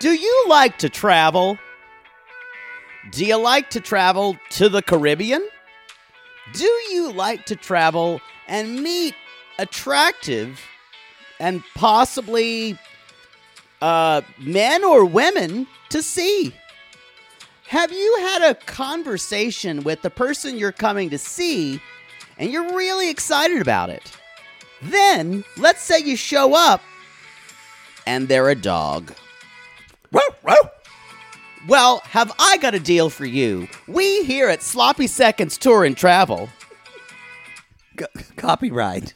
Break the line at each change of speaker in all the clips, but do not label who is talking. Do you like to travel? Do you like to travel to the Caribbean? Do you like to travel and meet attractive and possibly uh, men or women to see? Have you had a conversation with the person you're coming to see and you're really excited about it? Then, let's say you show up and they're a dog. Well, have I got a deal for you? We here at Sloppy Seconds Tour and Travel,
Copyright.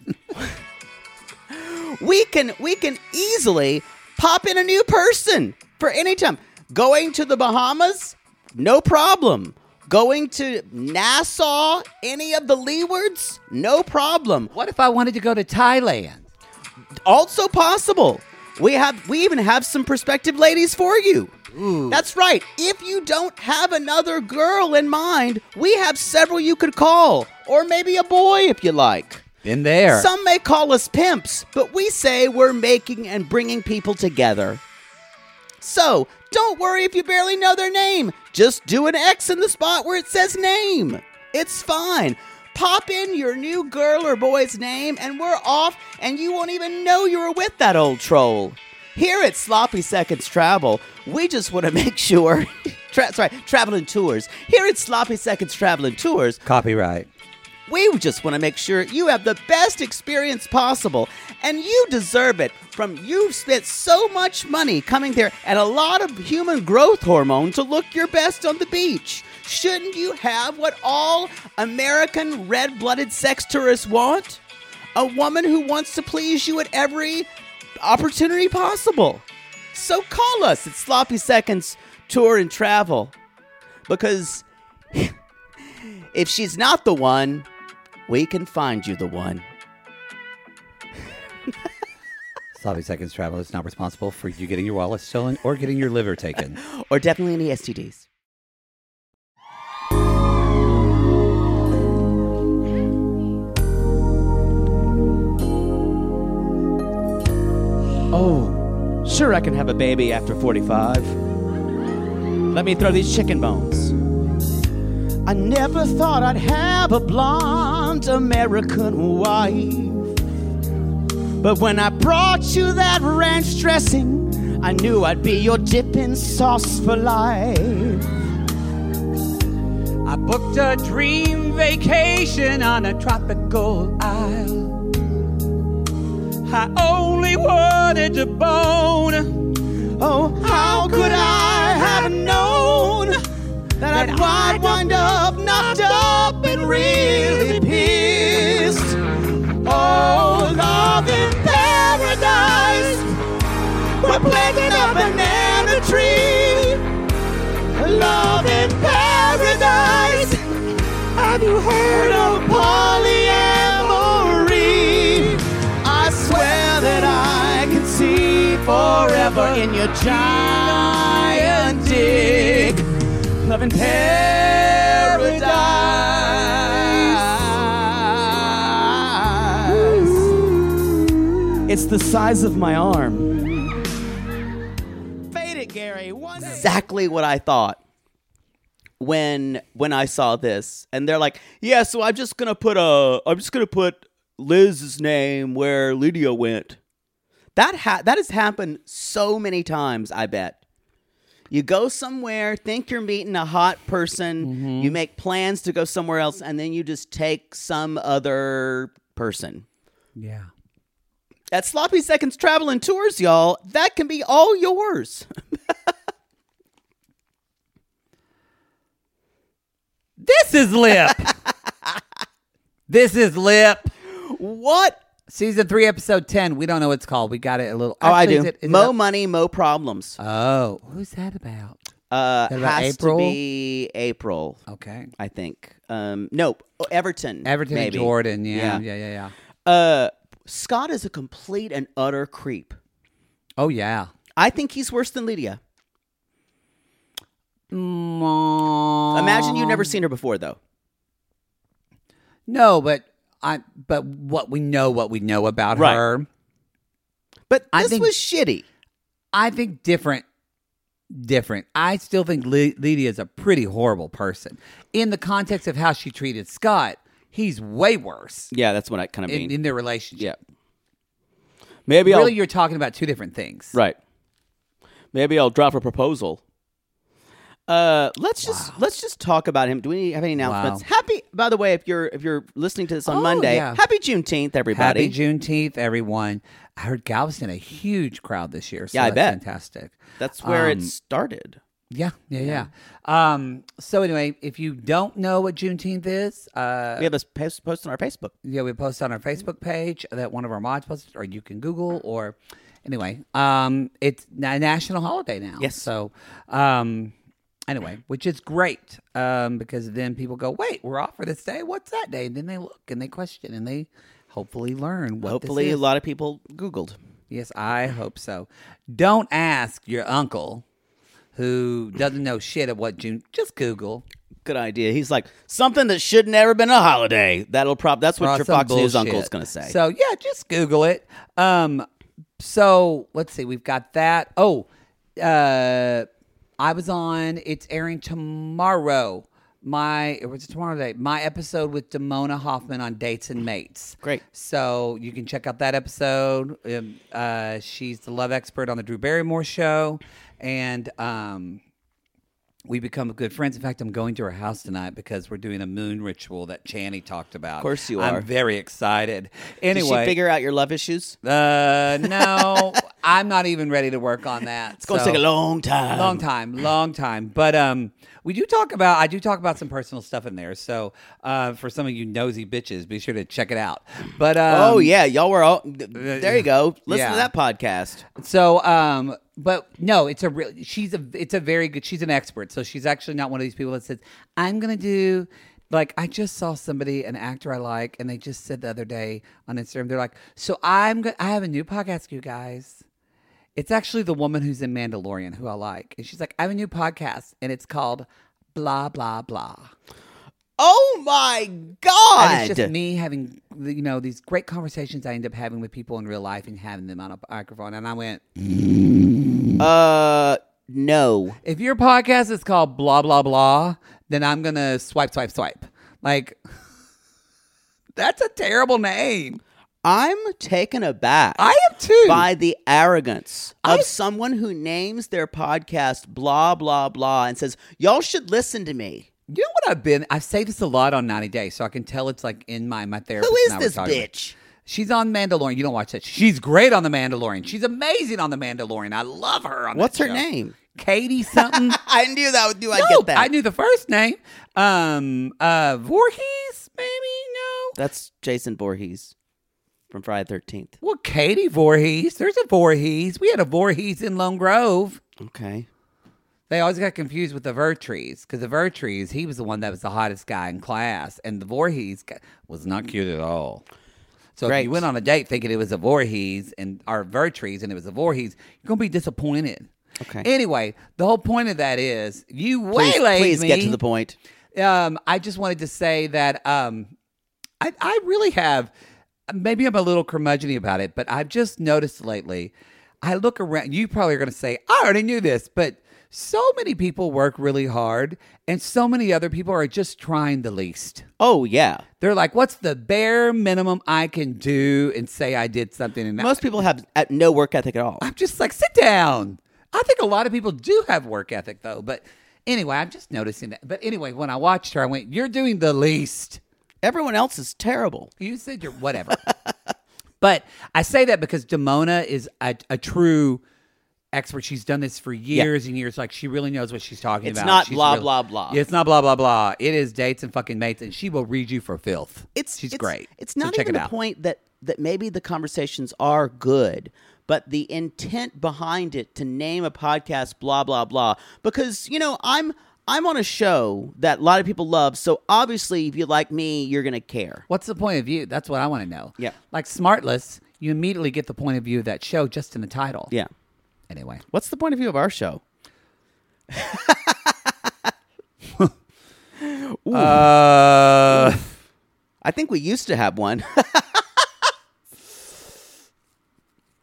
we can we can easily pop in a new person for any time. Going to the Bahamas, no problem. Going to Nassau, any of the leewards, no problem.
what if I wanted to go to Thailand?
also possible. We have we even have some prospective ladies for you. That's right. If you don't have another girl in mind, we have several you could call, or maybe a boy if you like.
Been there.
Some may call us pimps, but we say we're making and bringing people together. So, don't worry if you barely know their name. Just do an X in the spot where it says name. It's fine. Pop in your new girl or boy's name, and we're off, and you won't even know you were with that old troll. Here at Sloppy Seconds Travel, we just want to make sure. Tra- sorry, Traveling Tours. Here at Sloppy Seconds Traveling Tours,
Copyright.
we just want to make sure you have the best experience possible, and you deserve it. From you've spent so much money coming there and a lot of human growth hormone to look your best on the beach. Shouldn't you have what all American red blooded sex tourists want? A woman who wants to please you at every opportunity possible. So call us at Sloppy Seconds Tour and Travel because if she's not the one, we can find you the one.
Sloppy Seconds Travel is not responsible for you getting your wallet stolen or getting your liver taken.
Or definitely any STDs. Oh, sure, I can have a baby after 45. Let me throw these chicken bones. I never thought I'd have a blonde American wife. But when I brought you that ranch dressing, I knew I'd be your dipping sauce for life.
I booked a dream vacation on a tropical isle. I only wanted to bone.
Oh, how could I have known that I'd wide wind up, knocked up, and really pissed? Oh, love in paradise, we're planting a banana tree. Love in paradise, have you heard of polyamory? I swear that I can see forever in your giant dick. Love in paradise. It's the size of my arm. Fade it, Gary. Exactly what I thought when when I saw this, and they're like, "Yeah, so I'm just gonna put a, I'm just gonna put Liz's name where Lydia went. That ha- that has happened so many times, I bet. You go somewhere, think you're meeting a hot person,
Mm-hmm.
you make plans to go somewhere else and then you just take some other person.
Yeah.
At Sloppy Seconds Traveling Tours, y'all, that can be all yours.
This is Lip. this is Lip.
what?
Season three, episode ten. We don't know what it's called. We got it a little.
Oh, I
Actually,
do.
is it- is it
mo
up-
money, mo problems.
Oh, who's that about?
Uh,
Is that about
has
April? Oh.
to be April,
Okay,
I think. Um, no, oh, Everton.
Everton and
maybe.
Jordan. Yeah, yeah, yeah, yeah,
Uh, Scott is a complete and utter creep.
Oh yeah.
I think he's worse than Lydia.
Mom.
Imagine you've never seen her before, though.
No, but I. But what we know, what we know about
Right.
her,
But
I
this
think-
was shitty.
I think different. Different. I still think Ly- Lydia is a pretty horrible person. In the context of how she treated Scott, he's way worse
Yeah, that's what I kind
in, in their relationship.
Maybe
really, you're talking about two different things.
Right. Maybe I'll drop a proposal. Uh, let's just let's just talk about him. Do we have any announcements?
Wow.
Happy, by the way, if you're if you're listening to this on
Oh,
Monday,
yeah.
happy Juneteenth, everybody.
Happy Juneteenth, everyone. I heard Galveston a huge crowd this year. So
Yeah, I
that's
bet.
Fantastic.
That's where
Um,
it started.
Yeah, yeah, yeah. Um, so anyway, if you don't know what Juneteenth is, uh,
We have this post, post on our Facebook.
yeah, we post on our Facebook page that one of our mods posted, or you can Google, or anyway, um, it's a national holiday now.
Yes.
So, um, anyway, which is great um, because then people go, wait, we're off for this day. What's that day? And then they look and they question and they hopefully learn what. this
Hopefully, a
is.
lot of people Googled.
Yes, I hope so. Don't ask your uncle who doesn't know shit of what June. Just Google.
Good idea. He's like something that should never been a holiday. That'll prob. That's what
Or
your
some
Fox News
bullshit.
uncle's gonna say.
So yeah, just Google it. Um, so let's see, we've got that. Oh, uh, I was on. It's airing tomorrow. My it was tomorrow day. My episode with Damona Hoffman on dates and mates.
Great.
So you can check out that episode. Um, uh, she's the love expert on the Drew Barrymore show, and um, we become good friends. In fact, I'm going to her house tonight because we're doing a moon ritual that Channy talked about. Of
course you are.
I'm very excited.
Did
Anyway,
she figure out your love issues?
uh, no, I'm not even ready to work on that.
It's gonna take a long time.
Long time, long time. But um, we do talk about I do talk about some personal stuff in there. So uh, for some of you nosy bitches, be sure to check it out. But um,
oh yeah, y'all were all. There you go. Listen to
yeah.
that podcast.
So, um, but no, it's a real. She's a. It's a very good. She's an expert. So she's actually not one of these people that says, "I'm gonna do." Like I just saw somebody, an actor I like, and they just said the other day on Instagram, they're like, "So I'm gonna. I have a new podcast, you guys." It's actually the woman who's in Mandalorian who I like, and she's like, "I have a new podcast, and it's called." Blah blah blah.
Oh my god!
And it's just me having, you know, these great conversations I end up having with people in real life and having them on a microphone. And I went,
Uh, no.
if your podcast is called blah blah blah, then I'm gonna swipe swipe swipe. Like that's a terrible name.
I'm taken aback
I am too.
by the arrogance of someone who names their podcast blah blah blah and says y'all should listen to me.
you know what I've been? I've saved this a lot on 90 Days, so I can tell it's like in my my therapist.
Who
and
is
I were
this
talking about-
bitch?
She's on Mandalorian. You don't watch that. She's great on the Mandalorian. She's amazing on the Mandalorian. I love her on. that
What's her
show.
name?
Katie something.
I knew that would do. I
No,
get that.
I knew the first name. Um, uh, Voorhees, maybe no.
That's Jason Voorhees from Friday Thirteenth.
Well, Katie Voorhees. There's a Voorhees. We had a Voorhees in Lone Grove.
Okay.
They always got confused with the Vertrees because the Vertrees, he was the one that was the hottest guy in class, and the Voorhees guy was not cute at all. So if
Great.
you went on a date thinking it was a Voorhees and our Vertrees and it was a Voorhees, you're gonna be disappointed.
Okay.
Anyway, the whole point of that is you
Please,
waylaid
please
me
get to the point.
um, I just wanted to say that um, I, I really have. Maybe I'm a little curmudgeon about it, but I've just noticed lately. I look around. You probably are going to say, "I already knew this," but so many people work really hard, and so many other people are just trying the least.
Oh yeah.
They're like, what's the bare minimum I can do and say I did something? And
Most people have uh, no work ethic at all.
I'm just like, sit down. I think a lot of people do have work ethic though, but anyway, I'm just noticing that. But anyway, when I watched her, I went, "You're doing the least."
Everyone else is terrible.
You said you're whatever. but I say that because Demona is a, a true expert. She's done this for years and years. Like she really knows what she's talking
It's
about.
not
She's
blah,
really-
blah, blah.
It's not blah blah blah. It is dates and fucking mates, and she will read you for filth.
It's
she's
it's-
great.
It's
So
not
check
even
it
the
out.
point that that maybe the conversations are good, but the intent behind it to name a podcast blah blah blah because you know I'm I'm on a show that a lot of people love, so obviously if you like me, you're gonna care.
What's the point of view? That's what I want to know.
Yeah.
Like Smartless, you immediately get the point of view of that show just in the title.
Yeah.
Anyway.
What's the point of view of our show?
Uh,
I think we used to have one.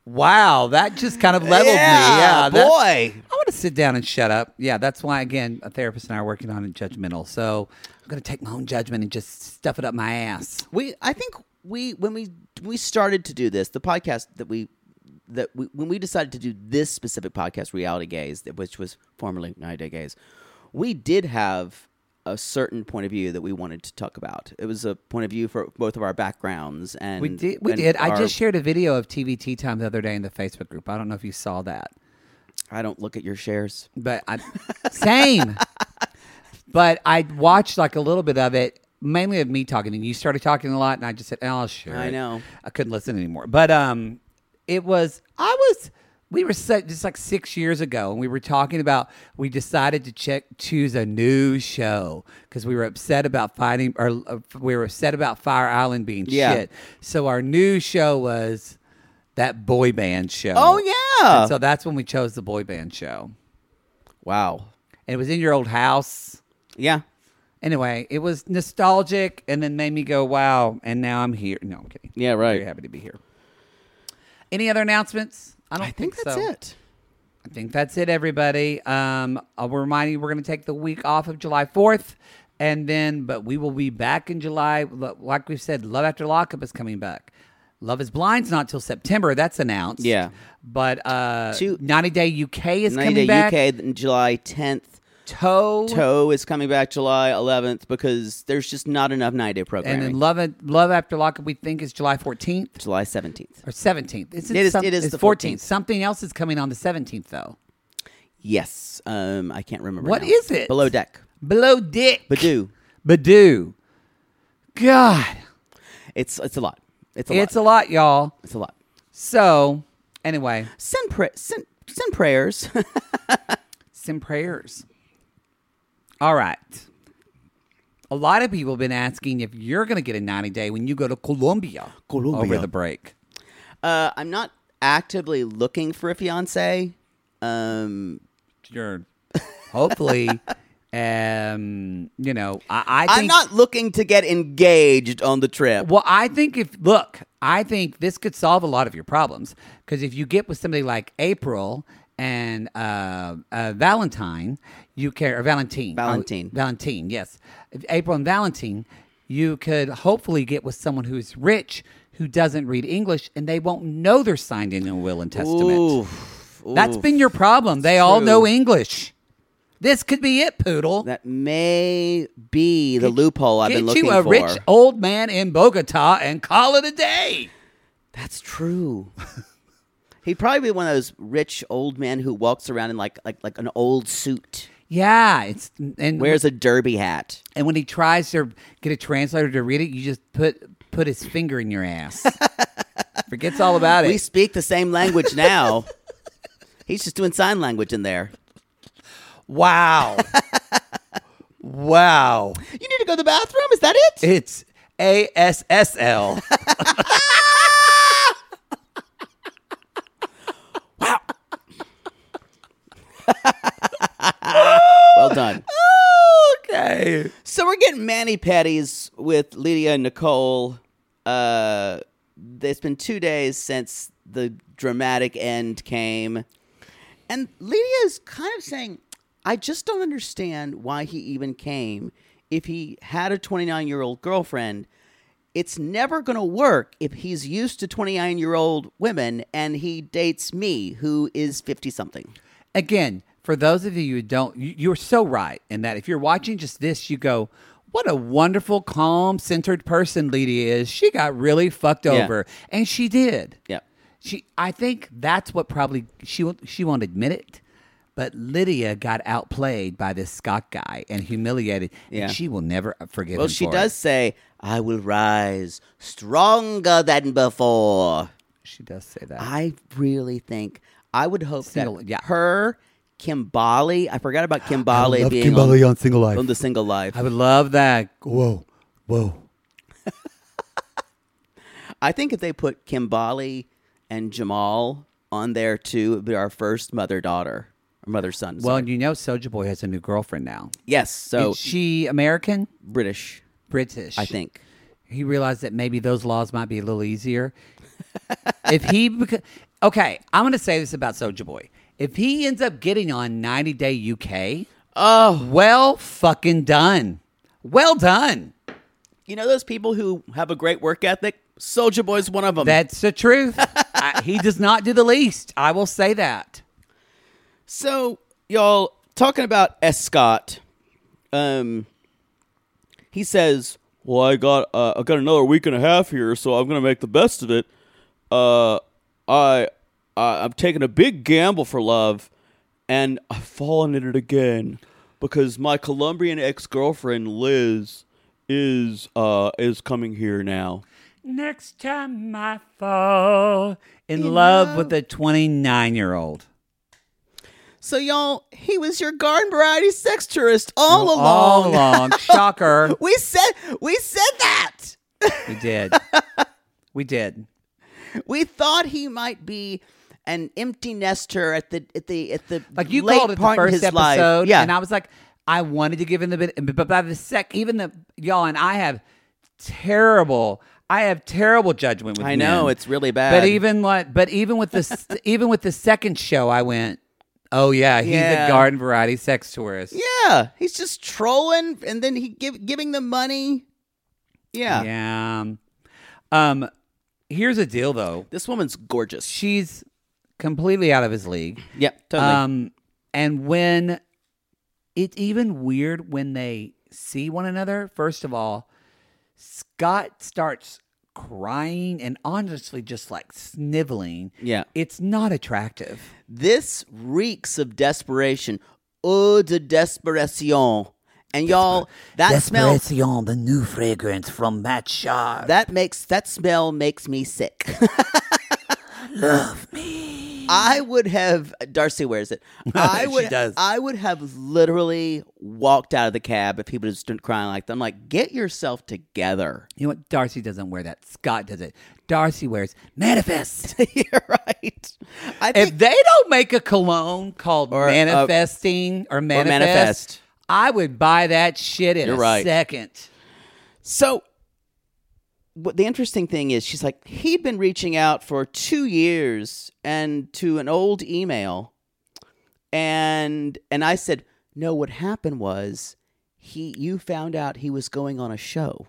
wow, that just kind of leveled me. Yeah, that-
boy.
I want to sit down and shut up. Yeah, that's why again, a therapist and I are working on it judgmental. So I'm gonna take my own judgment and just stuff it up my ass.
we i think we when we we started to do this the podcast that we that we, when we decided to do this specific podcast reality gaze that- which was formerly night day gaze we did have a certain point of view that we wanted to talk about it was a point of view for both of our backgrounds and
We did. We
and
did. I
our-
just shared a video of TVT time the other day in the Facebook group. I don't know if you saw that,
i don't look at your shares
but I same. But I watched like a little bit of it, mainly of me talking, and you started talking a lot, and I just said, "Oh, sure."
I know.
I couldn't listen anymore. But um, it was I was we were set just like six years ago, and we were talking about we decided to check choose a new show because we were upset about finding or uh, we were upset about Fire Island being
Yeah.
shit. So our new show was that boy band show.
Oh, yeah.
And so that's when we chose the boy band show,
wow
and it was in your old house
yeah
anyway, it was nostalgic and then made me go, wow, and now I'm here. No, I'm kidding.
Yeah, right.
Very happy to be here. Any other announcements? I don't
i think that's
so.
it
I think that's it, everybody. Um, I'll remind you, we're going to take the week off of July 4th. And then, but we will be back in July. Lo- Like we've said, Love After Lockup is coming back. Love is Blind's not till September. That's announced.
Yeah.
But uh,
Two-
90 Day UK is
90
coming
day
back.
uk th- july 10th
Toe.
toe is coming back july 11th because there's just not enough night day
And
programming
then Love, Love After Lockup, we think, is July 14th.
july 17th
or 17th. Is
It is-
some-
it is
it's
the 14th.
Something else is coming on the 17th, though.
Yes. Um, I can't remember.
What
now.
is it?
Below deck.
Below Dick.
Badoo.
Badoo. God.
It's it's a lot. It's a
it's
lot.
a lot, y'all.
it's a lot.
So, anyway,
Send pra- send send prayers.
send prayers. All right. A lot of people have been asking if you're going to get a 90 day when you go to Colombia,
Colombia.
over the break.
uh, I'm not actively looking for a fiance. Um,
You're hopefully, um, you know, I, I
I'm
think
not looking to get engaged on the trip.
Well, I think if look, I think this could solve a lot of your problems because if you get with somebody like April and uh, uh, Valentine, you care or Valentine,
Valentine.
Oh, Valentine, yes, If April and Valentine, you could hopefully get with someone who is rich who doesn't read English and they won't know they're signed in a will and testament.
Oof.
That's
Oof.
been your problem. They all
true.
know English. This could be it, poodle.
that may be the loophole I've
get
been looking
you a
for.
rich old man in Bogota and call it a day.
That's true. He'd probably be one of those rich old men who walks around in like like like an old suit,
Yeah, it's and
wears a derby hat.
and when he tries to get a translator to read it, you just put put his finger in your ass. Forgets all about
We
it.
speak the same language now. He's just doing sign language in there.
Wow. wow.
You need to go to the bathroom. Is that it?
It's ASSL.
Well done.
okay.
So we're getting mani patties with Lydia and Nicole. Uh, it's been two days since the dramatic end came, and Lydia is kind of saying, I just don't understand why he even came. If he had a 29 year old girlfriend, it's never going to work if he's used to 29 year old women and he dates me, who is 50 something.
Again, for those of you who don't, you, you're so right in that if you're watching just this, you go, what a wonderful, calm, centered person Lydia is. She got really fucked
Yeah.
over, and she did.
Yep.
She, I think that's what probably she won't- she won't admit it, but Lydia got outplayed by this Scott guy and humiliated,
Yeah.
and she will never forgive.
Well,
him
she
for it.
does say, I will rise stronger than before.
She does say that.
I really think, I would hope
Single-
that
yeah.
her, Kimbali, I forgot about Kimbali
love
being
Kimbali
on,
on Single Life.
on the single life.
I would love that.
Whoa, whoa.
I think if they put Kimbali and Jamal on there too, it'd be our first mother daughter, or mother son.
Well,
sorry.
you know, Soulja Boy has a new girlfriend now.
yes, so
Is she American?
British,
British.
Oh. I think.
he realized that maybe those laws might be a little easier. if he, beca- okay, I'm going to say this about Soulja Boy. If he ends up getting on 90 Day UK, oh, well, fucking done. Well done.
You know those people who have a great work ethic. Soldier Boy's one of them.
That's the truth. I, he does not do the least. I will say that.
so y'all talking about Escott. Um, he says, "Well, I got uh, I got another week and a half here, so I'm gonna make the best of it." Uh, I, I I'm taking a big gamble for love, and I've fallen in it again because my Colombian ex girlfriend Liz is uh is coming here now.
Next time I fall in, love, with a 29 year old.
So y'all, he was your garden variety sex tourist all
All along. Shocker.
We said we said that.
we did. We did.
We thought he might be an empty nester at the at the at the
Like you
late
called it the
part in
first
his
episode,
life. Yeah,
and I was like, I wanted to give him the bit, but by the sec, even the y'all and I have terrible, I have terrible judgment with.
I know,
men.
it's really bad.
But even like, but even with this, even with the second show, I went, oh yeah, he's
Yeah.
a garden variety sex tourist.
yeah, he's just trolling, and then he give, giving them money. Yeah.
yeah. Um, here's the deal though,
this woman's gorgeous.
she's completely out of his league.
Yeah, totally.
Um, and when it's even weird when they see one another, first of all, Scott starts crying and honestly just like sniveling.
Yeah.
It's not attractive.
This reeks of desperation. Eau de desperation. And y'all, that smell
the new fragrance from Matt Shaw.
that makes that smell makes me sick. Love me. I would have Darcy wears it. I
She
would
does.
I would have literally walked out of the cab if he would have stood crying like that. I'm like, get yourself together.
You know what? Darcy doesn't wear that. Scott does it. Darcy wears Manifest.
You're right. I think
if they don't make a cologne called
Or, uh,
manifesting or manifest,
Manifest.
I would buy that shit in
You're
a
right.
second.
so what the interesting thing is she's like, he'd been reaching out for two years and to an old email. And and I said, No, what happened was he you found out he was going on a show.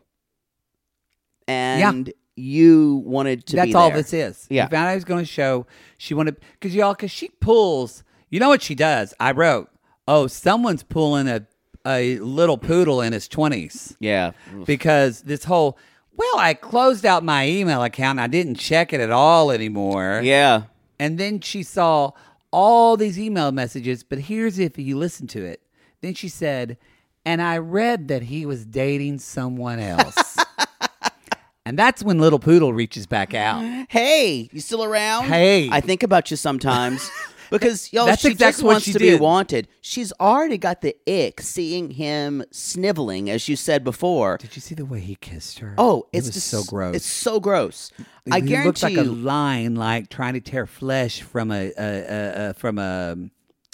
And you wanted to
That's
be
all
there.
this is.
Yeah.
You found out he was going to show. She wanted because y'all because she pulls. You know what she does? I wrote. Oh, someone's pulling a a little poodle in his twenties
Yeah.
Mm. because this whole. Well, I closed out my email account. And I didn't check it at all anymore.
Yeah.
And then she saw all these email messages, but here's if you listen to it. Then she said, and I read that he was dating someone else. and that's when Little Poodle reaches back out.
Hey, you still around?
Hey.
I think about you sometimes. Because y'all,
That's
she just
exactly what
wants
she
to be
did.
wanted. She's already got the ick seeing him sniveling, as you said before.
Did you see the way he kissed her?
Oh,
It
it's
was
just,
so gross.
It's so gross. I
he
guarantee
looks like a
you.
lion, like trying to tear flesh from a, a, a, a from a um,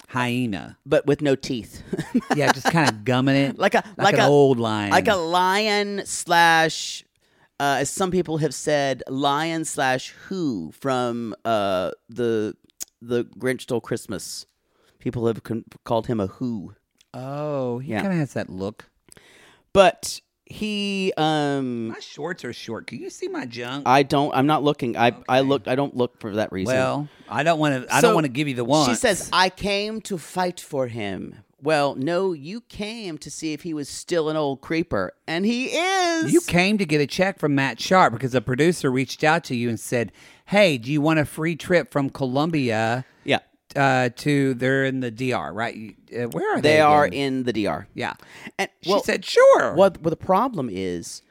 hyena.
but with no teeth,
Yeah, just kind of gumming it,
like a like,
an
a
old lion,
like a lion slash. Uh, as some people have said, lion slash who from uh, the the Grinch Stole Christmas. People have con- called him a who.
Oh, he
Yeah.
kind of has that look.
But he um
My shorts are short. Can you see my junk?
I don't I'm not looking. I I looked I don't look for that reason.
well, I don't want to. I
So
don't want to give you the one.
She says, I came to fight for him. Well, no, you came to see if he was still an old creeper. And he is.
You came to get a check from Matt Sharp because a producer reached out to you and said, "Hey, do you want a free trip from Colombia
Yeah.
uh, to? They're in the DR, right? You- Uh, where are they?
They are in
again?
the DR.
Yeah.
And
She
well,
said, "Sure."
What well, the problem is,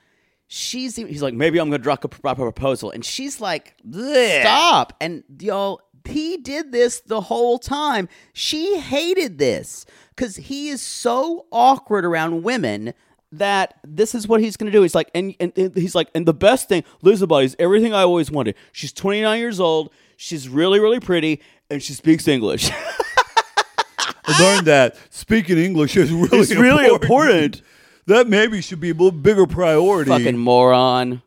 she's even- he's like, maybe I'm gonna drop a proper proposal, and she's like,
Blech.
stop. And y'all, he did this the whole time. She hated this because he is so awkward around women that this is what he's gonna do. He's like, and, and, and he's like, and the best thing, Lizabody is everything I always wanted. She's 29 years old. She's really, really pretty, and she speaks English.
I learned that speaking English is really
It's really important.
That maybe should be a little bigger priority.
Fucking moron.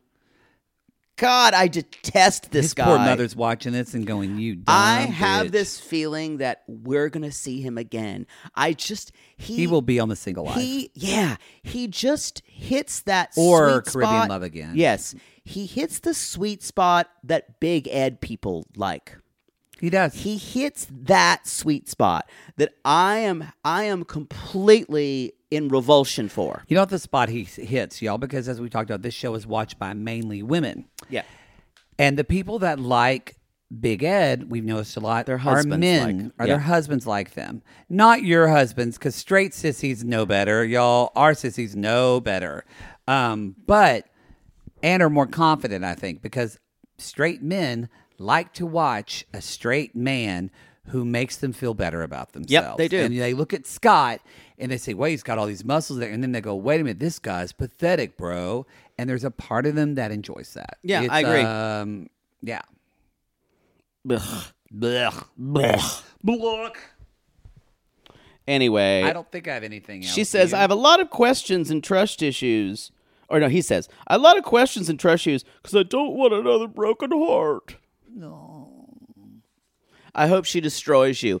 God, I detest this
His
guy.
poor mother's watching this and going, "You." Dumb
I have
bitch."
this feeling that we're gonna see him again. I just he,
He will be on the single life.
he yeah he just hits that
Or
sweet
Caribbean
spot.
Love Again.
Yes, he hits the sweet spot that Big Ed people like.
he does.
He hits that sweet spot that I am I am completely in revulsion for.
you know what the spot he s- hits, y'all, because as we talked about, this show is watched by mainly women.
Yeah,
And the people that like Big Ed, we've noticed a lot,
Their
are
husbands
men.
like-
Are
yeah.
their husbands like them? Not your husbands, because straight sissies know better, y'all. Our sissies know better. Um, but and are more confident, I think, because straight men like to watch a straight man who makes them feel better about themselves.
they do.
And they look at Scott and they say, "Wait, he's got all these muscles there," and then they go, "Wait a minute, this guy's pathetic, bro." And there's a part of them that enjoys that.
Yeah, I agree.
Um, yeah. Blech. Blech.
Anyway,
I don't think I have anything else.
She
do
says,
you?
I have a lot of questions and trust issues. Or no, he says, a lot of questions and trust issues because I don't want another broken heart. No. I hope she destroys you.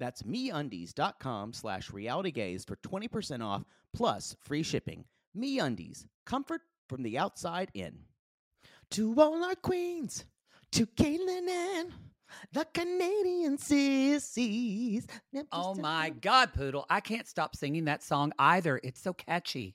That's meundies.com slash realitygaze for 20% off plus free shipping. Meundies, comfort from the outside in. To all our queens, to Caitlin and the Canadian sissies. Now
Oh
just a-
my God, Poodle, I can't stop singing that song either. It's so catchy.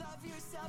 Love yourself,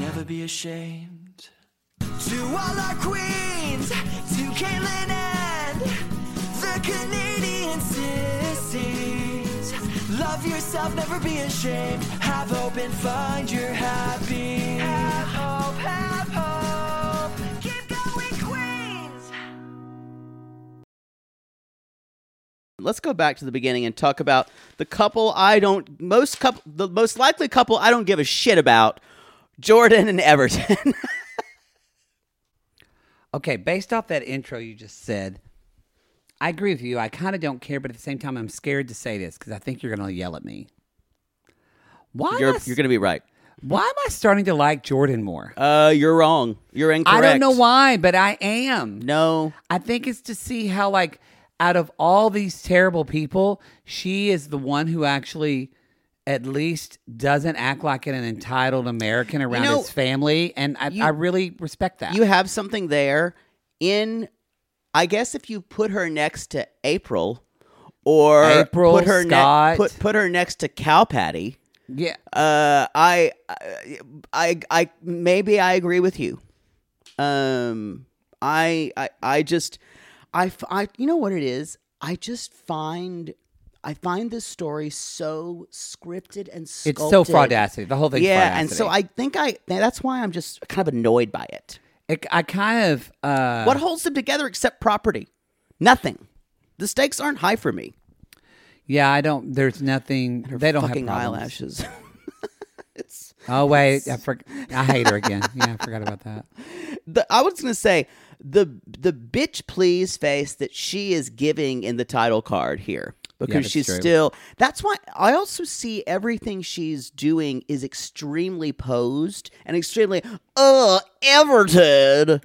never be ashamed. To all our queens, to Caitlin and the Canadian sissies. Love yourself, never be ashamed. Have hope and find your happy. Have hope, have hope. Keep going, Queens.
Let's go back to the beginning and talk about the couple I don't most couple the most likely couple I don't give a shit about, Jordan and Everton.
Okay, based off that intro you just said, I agree with you. I kind of don't care, but at the same time, I'm scared to say this because I think you're going to yell at me. Why? am
you're
I
you're going to be right.
Why am I starting to like Jordan more?
Uh, you're wrong. You're incorrect.
I don't know why, but I am.
No,
I think it's to see how like out of all these terrible people, she is the one who actually at least doesn't act like an entitled American around
know,
his family, and I,
you-
I really respect that.
You have something there in, I guess, if you put her next to April, or
April,
put her ne-
Scott.
put put her next to Cow Patty.
yeah,
Uh, I, I, I, I, maybe I agree with you. Um, I, I, I just, I, f- I- you know what it is? I just find, I find this story so scripted and
it's
sculpted.
so fraudacity. The whole thing.
Yeah, and so I think I, that's why I'm just kind of annoyed by it.
it, I kind of uh,
What holds them together except property? Nothing. The stakes aren't high for me.
yeah, I don't. There's nothing. They don't
Fucking
have problems.
eyelashes.
Oh wait, I, for, I hate her again. Yeah, I forgot about that.
the I was gonna say the the bitch please face that she is giving in the title card here because
that's
she's
true.
still that's why I also see everything she's doing is extremely posed and extremely uh Everton.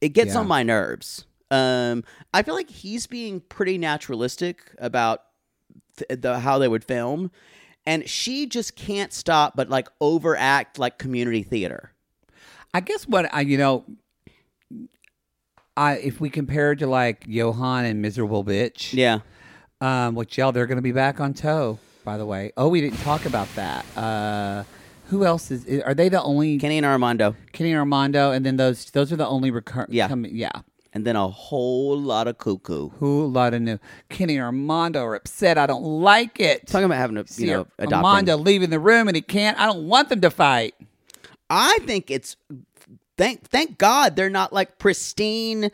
It gets
Yeah.
on my nerves. Um, I feel like he's being pretty naturalistic about th- the how they would film, and she just can't stop but like overact like community theater.
I guess what I you know, I if we compare it to like Johan and Miserable Bitch,
Yeah.
Um, which y'all they're going to be back on tow. By the way, oh we didn't talk about that. Uh, who else is? Are they the only
Kenny and Armando.
Kenny and Armando? And then those those are the only recur.
Yeah.
coming- yeah.
and then a whole lot of cuckoo.
Who lot of new Kenny and Armando are upset. I don't like it.
Talking about having to,
See
you know, adopting.
Armando leaving the room and he can't. I don't want them to fight.
I think it's thank thank God they're not like pristine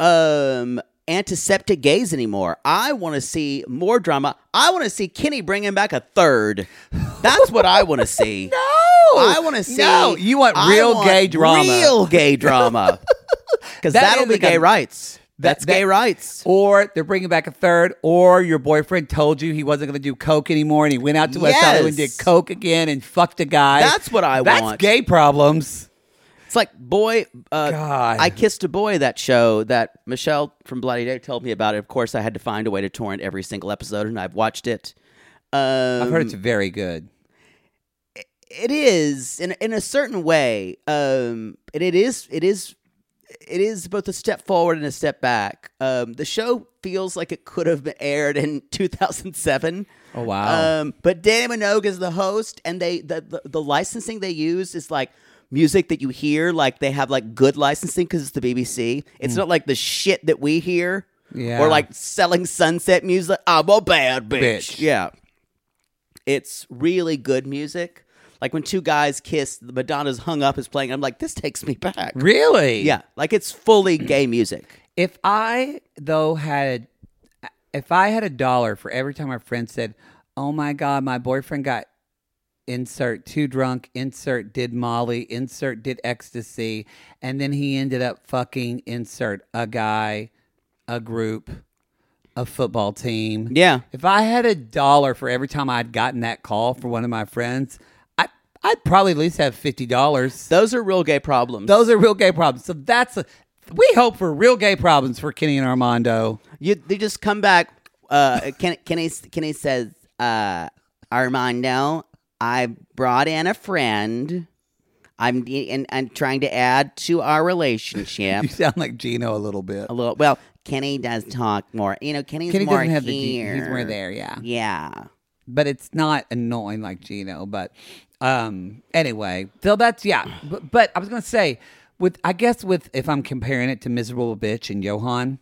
um antiseptic gays anymore. I want to see more drama. I want to see Kenny bringing back a third. That's what I want to see. no, I want to see.
No, you want
I
real
want
gay drama.
Real gay drama. Because
That
that will
is
be
like
gay
a-
rights.
That-
That's gay
that-
rights.
Or they're bringing back a third, or your boyfriend told you he wasn't going to do coke anymore, and he went out to West
Yes.
Hollywood and did coke again and fucked a guy.
That's what I
That's
want.
gay problems.
It's like boy, uh,
God.
I kissed a boy. That show that Michelle from Bloody Day told me about. It. Of course, I had to find a way to torrent every single episode, and I've watched it. Um,
I've heard it's very good.
it is in in a certain way. Um, and it is it is it is both a step forward and a step back. Um, the show feels like it could have been aired in 2007.
Oh, wow.
Um, but Danny Minogue is the host, and they the, the the licensing they use is like music that you hear. Like they have like good licensing because it's the BBC. It's not like the shit that we hear.
Hmm. Yeah.
Or like selling sunset music. I'm a bad
Bitch.
bitch. Yeah. It's really good music. Like when two guys kiss, Madonna's "Hung Up" is playing. I'm like, this takes me back.
Really?
Yeah, like it's fully gay music.
If I though had, if I had a dollar for every time my friend said, "Oh my god, my boyfriend got insert too drunk, insert did Molly, insert did ecstasy, and then he ended up fucking insert a guy, a group, a football team."
Yeah.
If I had a dollar for every time I'd gotten that call for one of my friends, I I'd probably at least have fifty dollars.
Those are real gay problems.
Those are real gay problems. So that's a, we hope for real gay problems for Kenny and Armando.
You they just come back. Uh, Ken, Kenny Kenny says, uh, Armando, I brought in a friend. I'm and I'm trying to add to our relationship.
You sound like Gino a little bit.
a little. Well, Kenny does talk more. You know, Kenny's
Kenny
more
doesn't have the G-
here.
he's more there, yeah.
Yeah.
But it's not annoying like Gino. But um anyway, so that's yeah. But, but I was gonna say with I guess with if I'm comparing it to Miserable Bitch and Johan,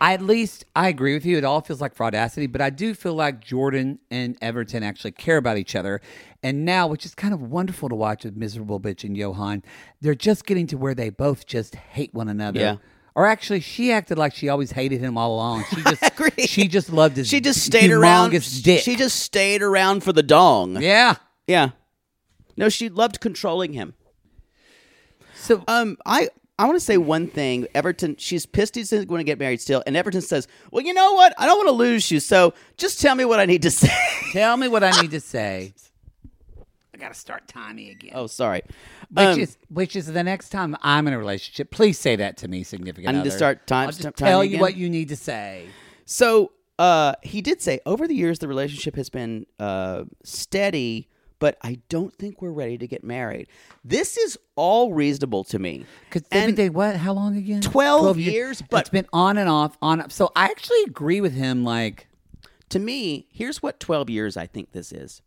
I at least I agree with you. It all feels like fraudacity, but I do feel like Jordan and Everton actually care about each other. And now, which is kind of wonderful to watch with Miserable Bitch and Johan, they're just getting to where they both just hate one another.
Yeah.
Or actually, she acted like she always hated him all along. She just she just loved his
She just stayed around.
humongous dick.
She just stayed around for the dong.
yeah.
Yeah. No, she loved controlling him.
So
Um, I I want to say one thing. Everton, she's pissed he's going to get married still, and Everton says, "Well, you know what? I don't want to lose you, so just tell me what I need to say."
tell me what I need to say. I gotta start Tommy again.
oh, sorry.
Which
Um,
is which is the next time I'm in a relationship, please say that to me, significant
I need to
other.
start time-
I'll just
start timing
tell you
again?
what you need to say.
so Uh, he did say over the years the relationship has been uh, steady, but I don't think we're ready to get married. This is all reasonable to me.
Because
And-
every day, what? How long again?
12 years, but-
it's been on and off, on. up. So I actually agree with him. Like,
to me, here's what 12 years I think this is.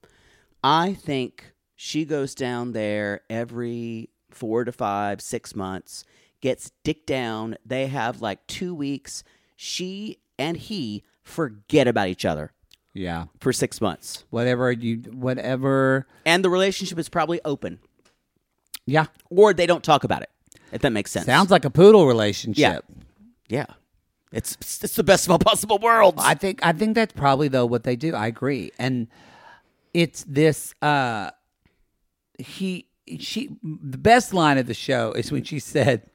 I think she goes down there every four to five, six months, gets dicked down. They have like two weeks. She and he forget about each other
yeah,
for six months.
whatever you, whatever.
And the relationship is probably open,
Yeah,
or they don't talk about it, if that makes sense.
sounds like a poodle relationship.
Yeah. Yeah. It's, it's the best of all possible worlds.
I think I think that's probably though what they do. I agree, and it's this. uh He she the best line of the show is when she said,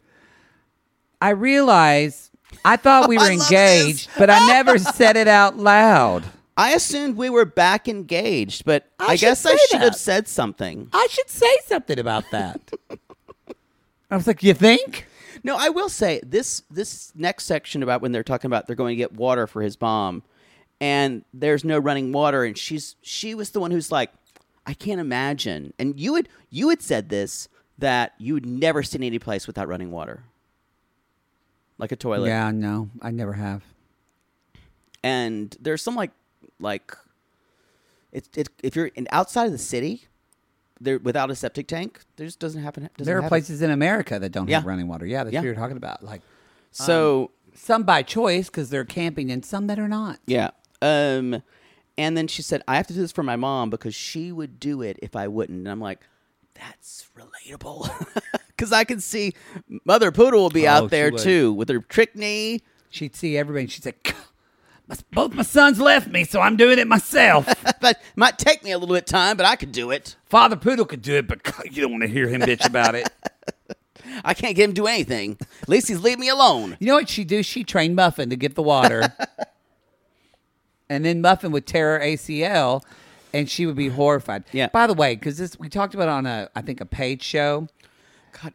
"I realize Oh, I thought we were
love this.
engaged, but I never said it out loud."
I assumed we were back engaged, but I,
should
guess I
say
should
that.
have said something.
I should say something about that. I was like, "You think?"
No, I will say this this next section about when they're talking about they're going to get water for his bomb and there's no running water and she's she was the one who's like I can't imagine. And you had you had said this that you would never sit in any place without running water. Like a toilet.
Yeah, no, I never have.
And there's some like like it's it, if you're in outside of the city there without a septic tank, there just doesn't happen doesn't
There are
happen.
places in America that don't have
Yeah.
running water. Yeah, that's
Yeah.
what you're talking about. Like um,
So
some by choice because they're camping, and some that are not.
Yeah. Um, and then she said, I have to do this for my mom because she would do it if I wouldn't. And I'm like, that's relatable. Because I can see Mother Poodle will be
Oh,
out there
she would.
too with her trick knee.
She'd see everybody. And she'd say, "Gah, my, "Both my sons left me, so I'm doing it myself."
But it might take me a little bit of time, but I could do it.
Father Poodle could do it, but God, you don't want to hear him bitch about it.
I can't get him to do anything. At least he's leaving me alone.
You know what she'd do? She trained Muffin to get the water, and then Muffin would tear her ACL, and she would be horrified.
Yeah.
By the way, because this we talked about on a I think a paid show.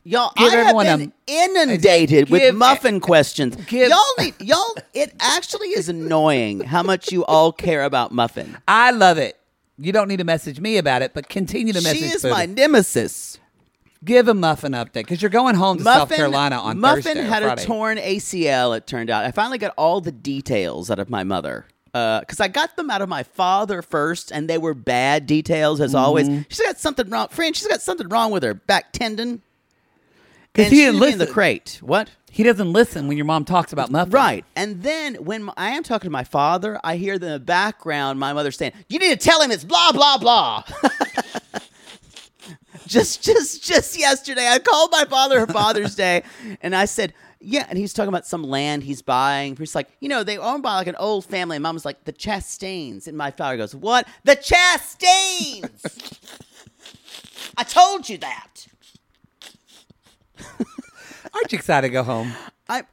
Y'all,
Give
I have
everyone
been
a-
inundated with
Give-
muffin questions.
Give-
y'all need, y'all, it actually is annoying how much you all care about muffin.
I love it. You don't need to message me about it, but continue to message.
She is
Poodle.
my nemesis.
Give a muffin update because you're going home to South Carolina on
Muffin
Thursday. or
had
Friday.
a torn ACL. It turned out. I finally got all the details out of my mother because I got them out of my father first, and they were bad details as always.
Mm-hmm.
She's got something wrong, friend. She's got something wrong with her back tendon.
'Cause
And
he
she
didn't
should be in the
listen.
crate. What?
He doesn't listen when your mom talks about muffin.
Right. And then when m- I am talking to my father, I hear in the background my mother saying, "You need to tell him it's blah blah blah." just just just yesterday, I called my father for Father's Day, and I said. Yeah, and he's talking about some land he's buying. He's like, you know, they own by like an old family. And Mom's like, the Chastains. And my father goes, what? The Chastains! I told you that.
Aren't you excited to go home?
I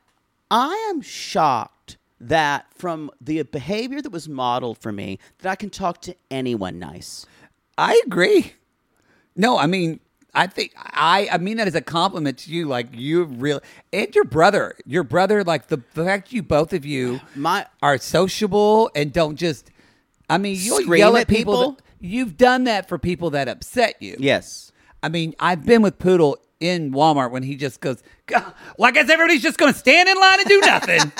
I am shocked that from the behavior that was modeled for me that I can talk to anyone nice.
I agree. No, I mean, I think I I mean that as a compliment to you. Like you really and your brother, your brother, like the, the fact you both of you
My-
are sociable and don't just. I mean, you'll
Scream
yell
at
at, people.
people?
that- you've done that for people that upset you.
Yes.
I mean, I've been with Poodle in Walmart when he just goes, "God, "Well, I guess everybody's just going to stand in line and do nothing,"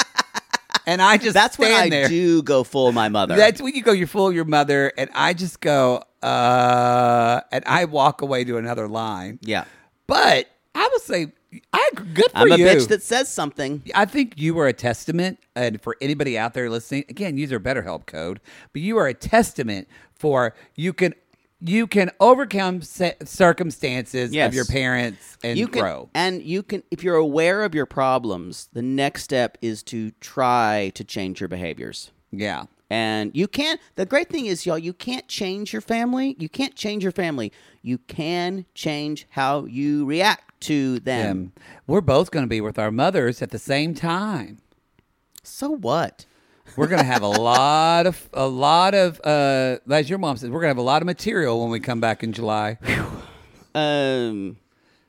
and I just
That's when
stand
I
there.
do go full my mother.
That's when you go, you fool your mother, and I just go, uh, and I walk away to another line.
yeah.
But I will say, I good for
I'm a
you.
bitch that says something.
I think you were a testament, and for anybody out there listening, again, use our BetterHelp code. But you are a testament for you can you can overcome se- circumstances
Yes.
of your parents and
you can
grow.
and you can if you're aware of your problems, the next step is to try to change your behaviors.
yeah,
And you can't, the great thing is, y'all, you can't change your family. You can't change your family. You can change how you react to them.
Um, we're both going to be with our mothers at the same time.
So what?
We're gonna have a lot of a lot of uh, as your mom says, we're gonna have a lot of material when we come back in July.
Um,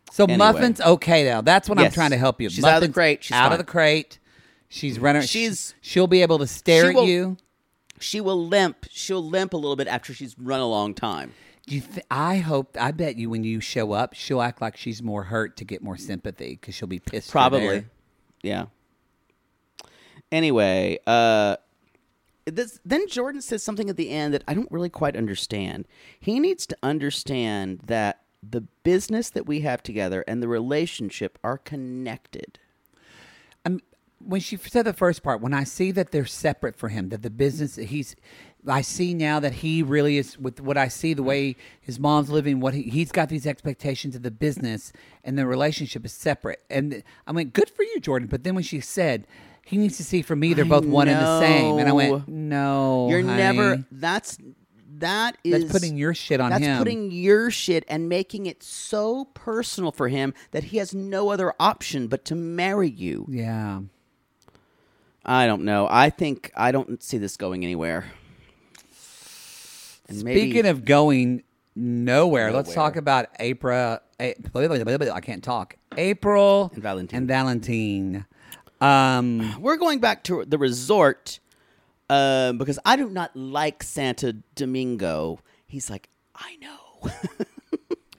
So
Anyway.
muffin's okay now. That's what I'm
Yes.
trying to help you.
She's out of the
Muffin's
crate. She's
out
fine.
of the crate. She's running.
She's-
she'll be able to stare
she will-
at you.
She will limp. She'll limp a little bit after she's run a long time.
Do you th- I hope, I bet you when you show up, she'll act like she's more hurt to get more sympathy because she'll be pissed. you're
Probably.
there.
Yeah. Anyway, uh this then Jordan says something at the end that I don't really quite understand. He needs to understand that the business that we have together and the relationship are connected.
I'm, when she said the first part, when I see that they're separate for him, that the business that he's, I see now that he really is with what I see the way his mom's living. What he, he's got these expectations of the business and the relationship is separate. And I went, good for you, Jordan. But then when she said. He needs to see for me they're
I
both one and the same. And I
know.
went, No.
You're
honey.
never that's that is
That's putting your shit on
that's
him.
putting your shit and making it so personal for him that he has no other option but to marry you.
Yeah.
I don't know. I think I don't see this going anywhere. And maybe-
Speaking of going nowhere, let's talk about April. A- blah, blah, blah, blah, I can't talk. April
And Valentine.
And Valentine. Um,
we're going back to the resort uh, because I do not like Santa Domingo. He's like, I know,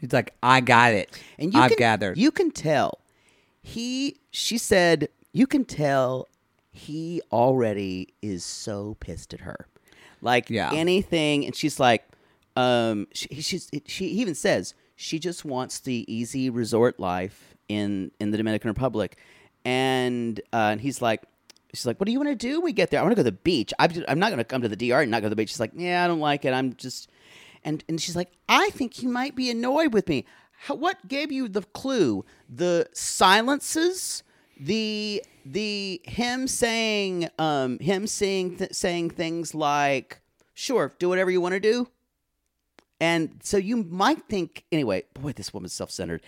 he's like, I got it.
and you
I've
can,
gathered.
You can tell. He, she said, you can tell. He already is so pissed at her, like
Yeah.
anything, and she's like, um, she, she's she even says she just wants the easy resort life in in the Dominican Republic, and uh, and he's like, she's like, what do you want to do when we get there? I want to go to the beach. I'm, just- I'm not going to come to the DR and not go to the beach. She's like, yeah, I don't like it. I'm just, and and she's like, I think you might be annoyed with me. How, what gave you the clue? The silences. The the him saying um him saying th- saying things like sure do whatever you want to do and so you might think, anyway, boy, this woman's self centered.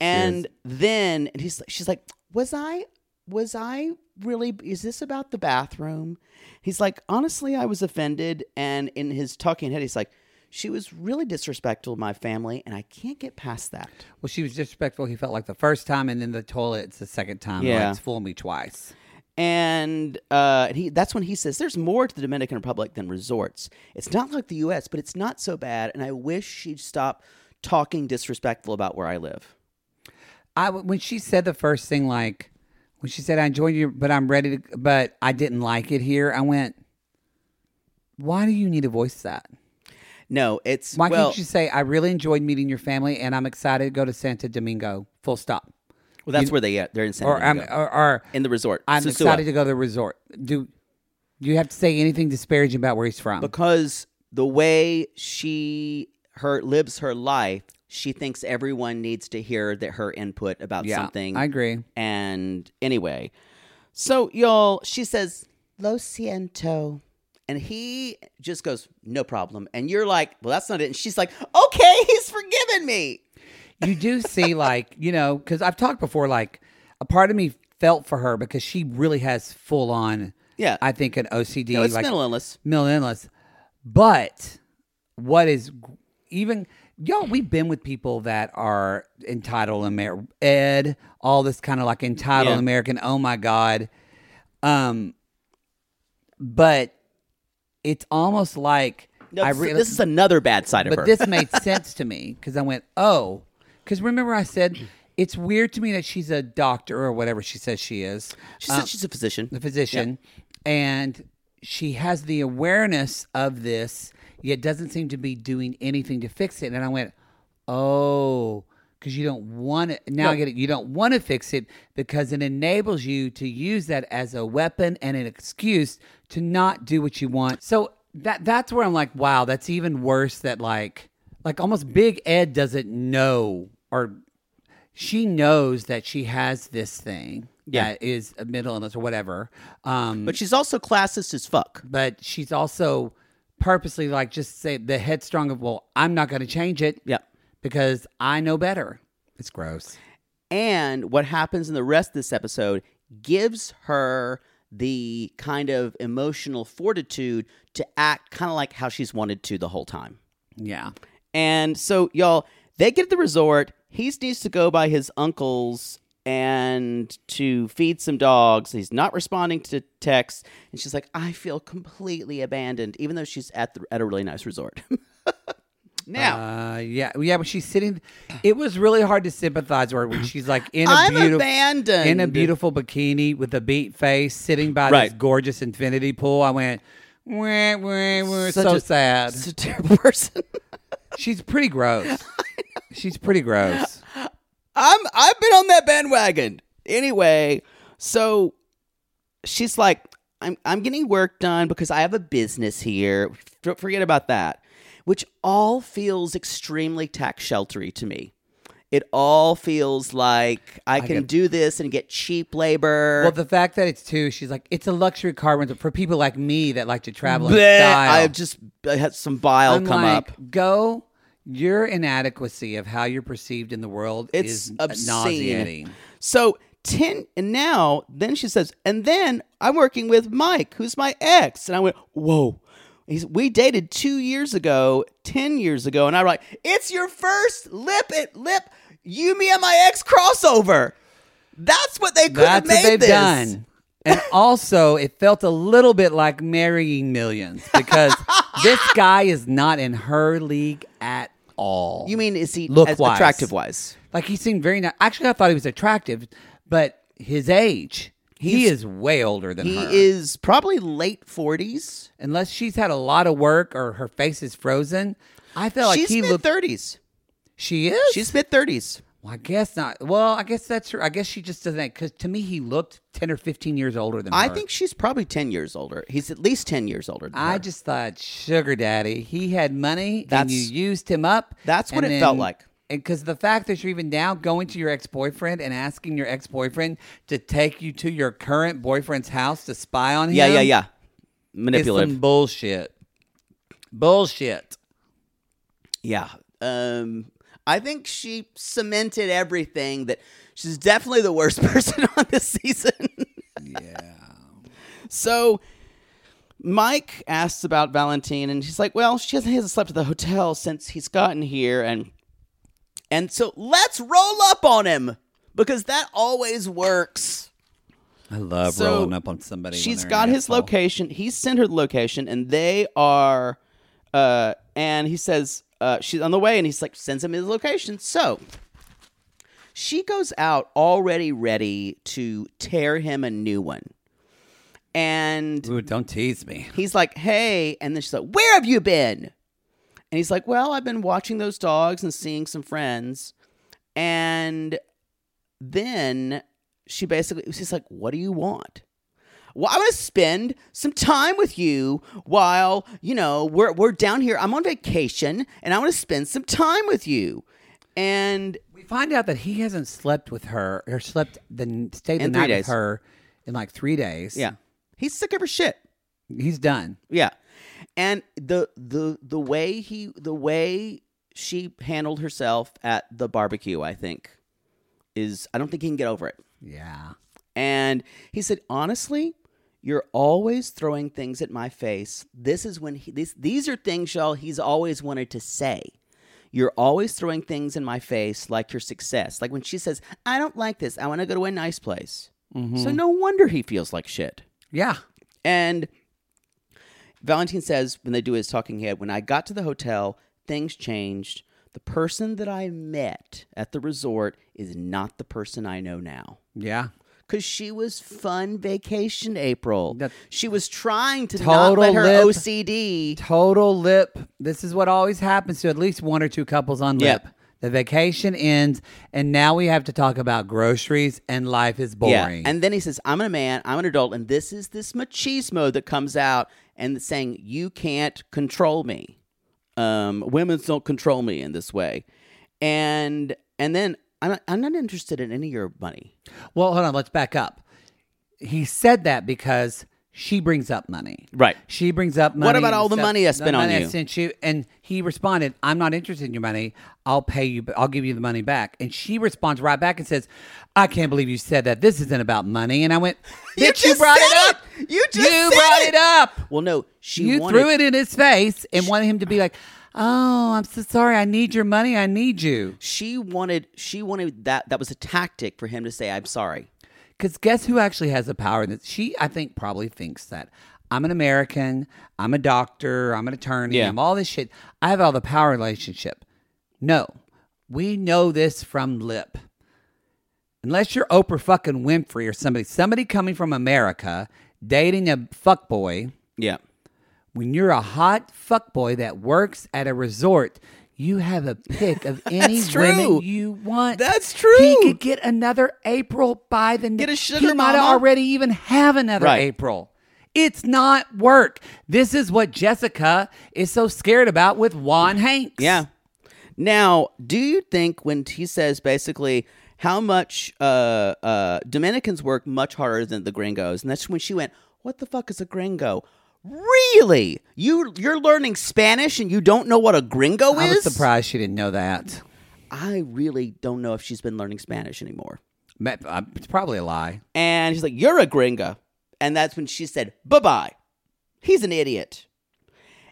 And then and he's, she's like, was I, was I really, is this about the bathroom? He's like, honestly, I was offended. And in his talking head, he's like, she was really disrespectful to my family, and I can't get past that.
well, she was disrespectful. He felt like the first time, and then the toilet's the second time.
Yeah.
Like, it's fooled me twice.
And uh, he, that's when he says, There's more to the Dominican Republic than resorts. It's not like the US, but it's not so bad. And I wish she'd stop talking disrespectful about where I live.
I when she said the first thing, like when she said, "I enjoyed you, but I'm ready to," but I didn't like it here. I went, "Why do you need to voice that?"
No, it's
Why
well,
can't you say, I really enjoyed meeting your family and I'm excited to go to Santa Domingo? Full stop.
Well, that's where they are. They're in San
Or, I'm,
Domingo.
or, or
in the resort.
I'm
Susua.
excited to go to the resort. Do do you have to say anything disparaging about where he's from?
because the way she her lives her life, she thinks everyone needs to hear that her input about
Yeah,
something.
I agree.
And anyway, so y'all, she says lo siento. And he just goes, no problem. And you're like, well, that's not it. And she's like, okay, he's forgiven me.
you do see, like, you know, because I've talked before, like, a part of me felt for her because she really has full on,
Yeah.
I think, an OCD.
No, it's
like,
mental illness.
mental illness. But what is g- even y'all? We've been with people that are entitled Amer Ed, all this kind of like entitled
Yeah.
American. Oh my god. Um, but it's almost like
No,
I
this-
really
this is another bad side of
but
her.
this made sense to me because I went, oh, because remember I said it's weird to me that she's a doctor or whatever she says she is.
she said she's a physician.
uh, The physician, and she has the awareness of this, yet doesn't seem to be doing anything to fix it. And I went, oh, because you don't want it. Now I get it. You don't want to fix it because it enables you to use that as a weapon and an excuse to not do what you want. So that that's where I'm like, wow, that's even worse. That like, like almost Big Ed doesn't know or she knows that she has this thing
Yeah.
that is a mental illness or whatever. Um,
But
but,
she's also classist as fuck.
she's also purposely like just say the headstrong of, well, I'm not going to change it.
Yeah.
Because I know better. It's gross.
and what happens in the rest of this episode gives her the kind of emotional fortitude to act kind of like how she's wanted to the whole time.
Yeah.
And so, y'all, they get at the resort. He needs to go by his uncle's and to feed some dogs. He's not responding to texts, and she's like, "I feel completely abandoned," even though she's at the, at a really nice resort. now.
Uh, yeah, yeah, but she's sitting. It was really hard to sympathize with her when she's like in a
I'm
beautiful,
abandoned.
in a beautiful bikini with a beat face, sitting by this
Right.
gorgeous infinity pool. I went, wah, wah, wah,
such
so
a-
sad.
Such a terrible person.
She's pretty gross. She's pretty gross.
I'm I've been on that bandwagon. Anyway, so she's like, I'm I'm getting work done because I have a business here. F- Forget about that. Which all feels extremely tax sheltery to me. It all feels like I, can
get-
do this and get cheap labor.
Well, the fact that it's two, she's like, it's a luxury car rental for people like me that like to travel. in
Bleh,
style.
I've just I had some bile
I'm
come
like,
up.
Go. Your inadequacy of how you're perceived in the world
It's
is
obscene.
nauseating.
So ten and now then she says, and then I'm working with Mike, who's my ex, and I went, whoa. He's, we dated two years ago, ten years ago, and I'm like, it's your first lip at lip, you me and my ex crossover. That's what they could have
That's
made
what they've
this.
done. And also, it felt a little bit like marrying millions because this guy is not in her league at all.
You mean is he
Look
as
wise.
attractive wise?
like he seemed very nice? Actually, I thought he was attractive, but his age, he
He's-
is way older than
He
her.
is probably late forties.
Unless she's had a lot of work or her face is frozen, I felt like
She's
he
mid
looked.
thirties.
She is.
She's mid thirties.
Well, I guess not. Well, I guess that's true. I guess she just doesn't. Because to me, he looked ten or fifteen years older than
I
her.
think she's probably ten years older. He's at least ten years older. Than
I
her.
just thought, sugar daddy, he had money and
That's-
you used him up.
that's what
and
it felt like.
And because the fact that you're even now going to your ex boyfriend and asking your ex boyfriend to take you to your current boyfriend's house to spy on
yeah,
him.
yeah, yeah.
Is
Manipulative.
some bullshit. Bullshit.
Yeah. Um, I think she cemented everything that she's definitely the worst person on this season. yeah. So Mike asks about Valentine, and she's like, "Well, she hasn't, hasn't slept at the hotel since he's gotten here, and and so let's roll up on him because that always works."
I love
So,
rolling up on somebody. when
She's
they're an
got his
asshole.
location. He sent her the location, and they are. Uh, and he says uh, she's on the way, and he's like sends him his location. So she goes out already ready to tear him a new one, and
Ooh, don't tease me.
he's like, "Hey," and then she's like, "Where have you been?" And he's like, "Well, I've been watching those dogs and seeing some friends." And then she basically she's like, "What do you want?" Well, I'm gonna spend some time with you while you know we're we're down here. I'm on vacation, and I want to spend some time with you. And
We find out that he hasn't slept with her or slept the n- stayed the
In three
night
days.
with her in like three days.
yeah, he's sick of her shit.
he's done.
Yeah. And the the the way he the way she handled herself at the barbecue, I think, is I don't think he can get over it.
Yeah.
And he said, honestly, you're always throwing things at my face. This is when he, these these are things y'all he's always wanted to say. You're always throwing things in my face like your success. Like when she says, I don't like this. I want to go to a nice place. So no wonder he feels like shit.
Yeah.
And Valentine says, when they do his talking head, when I got to the hotel, things changed. The person that I met at the resort is not the person I know now.
Yeah.
Because she was fun vacation April.
That-
she was trying to not
Total
let her
lip.
OCD.
Total lip. This is what always happens to at least one or two couples on
Yep.
lip. The vacation ends, and now we have to talk about groceries, and life is boring.
And then he says, I'm a man, I'm an adult, and this is this machismo that comes out and saying, You can't control me. Um, women don't control me in this way. And and then I'm not, I'm not interested in any of your money.
well, hold on. Let's back up. He said that because she brings up money.
Right.
She brings up money.
about
and
all the
stuff-
money I spent on
money I
you?
sent you, and he responded, "I'm not interested in your money. I'll pay you. but I'll give you the money back." And she responds right back and says, "I can't believe you said that. This isn't about money." And I went,
You
"Bitch, you,
just
brought
said
it up.
it! You just said
you brought
it!"
it up.
Well, no, she
you
wanted,
threw it in his face and wanted him to be like." "Oh, I'm so sorry. I need your money. I need you."
She wanted she wanted that that was a tactic for him to say I'm sorry.
Because guess who actually has the power? in this? she, I think, probably thinks that I'm an American, I'm a doctor, I'm an attorney,
Yeah.
I'm all this shit. I have all the power relationship. No, we know this from lip. Unless you're Oprah fucking Winfrey or somebody, somebody coming from America dating a fuckboy,
Yeah.
when you're a hot fuckboy that works at a resort, you have a pick of any
That's
women
true.
you want.
That's true.
He could get another April by the
Get a sugar
He might
mama.
already even have another
Right.
April. It's not work. This is what Jessica is so scared about with Juan Hanks.
Yeah. Now, do you think when he says basically how much uh, uh, Dominicans work much harder than the gringos, and that's when she went, "What the fuck is a gringo?" Really? You you're learning Spanish and you don't know what a gringo
I
is?
was surprised she didn't know that.
I really don't know if she's been learning Spanish anymore.
Ma- uh, It's probably a lie.
And he's like, You're a gringa. And that's when she said, Bye bye. He's an idiot.